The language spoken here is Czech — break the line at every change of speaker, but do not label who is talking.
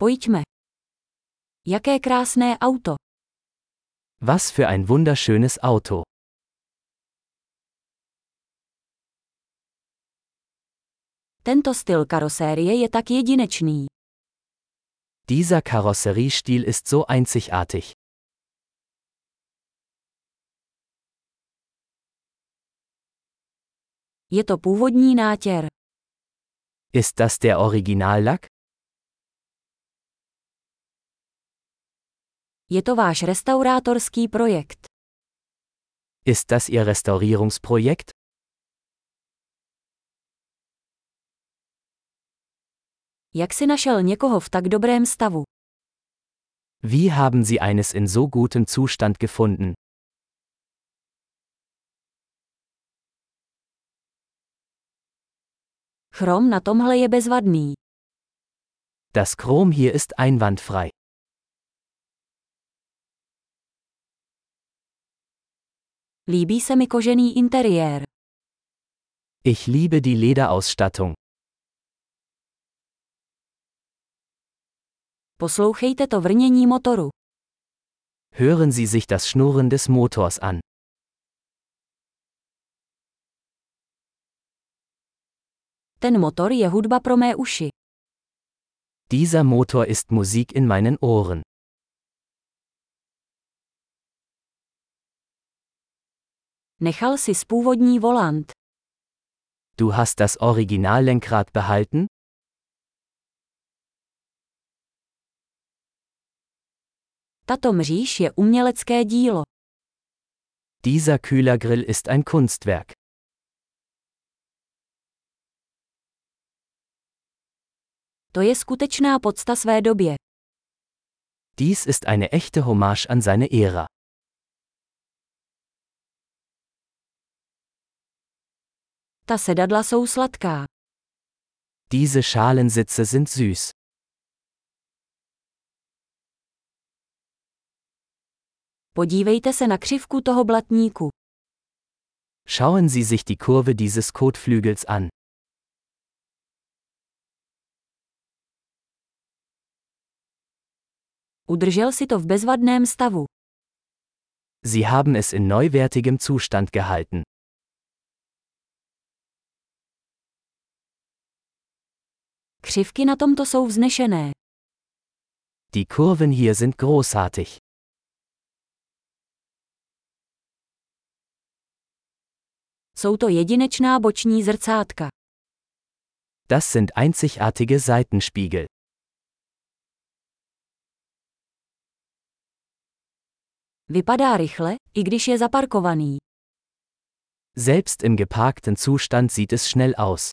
Pojďme. Jaké krásné auto.
Was für ein wunderschönes Auto.
Tento styl karosérie je tak jedinečný.
Dieser Karosseriestil ist so einzigartig.
Je to původní nátěr.
Ist das der Originallack?
Je to váš restaurátorský projekt.
Ist das Ihr Restaurierungsprojekt?
Jak si našel někoho v tak dobrém stavu?
Wie haben Sie eines in so gutem Zustand gefunden?
Chrom na tomhle je bezvadný.
Das Chrom hier ist einwandfrei.
Líbí se mi kožený interiér.
Ich liebe die Lederausstattung.
Poslouchejte to vrnění motoru.
Hören Sie sich das Schnurren des Motors an.
Ten motor je hudba pro mé uši.
Dieser Motor ist Musik in meinen Ohren.
Nechal si spůvodní volant.
Du hast das Originallenkrad behalten?
Tato mříž je umělecké dílo.
Dieser Kühlergrill ist ein Kunstwerk.
To je skutečná podsta své době.
Dies ist eine echte Hommage an seine Ära.
Ta sedadla jsou sladká.
Diese Schalensitze sind süß.
Podívejte se na křivku toho blatníku.
Schauen Sie sich die Kurve dieses Kotflügels an.
Udržel si to v bezvadném stavu.
Sie haben es in neuwertigem Zustand gehalten.
Křivky na tomto jsou vznešené.
Die Kurven hier sind großartig.
Jsou to jedinečná boční zrcátka.
Das sind einzigartige Seitenspiegel.
Vypadá rychle, i když je zaparkovaný.
Selbst im geparkten Zustand sieht es schnell aus.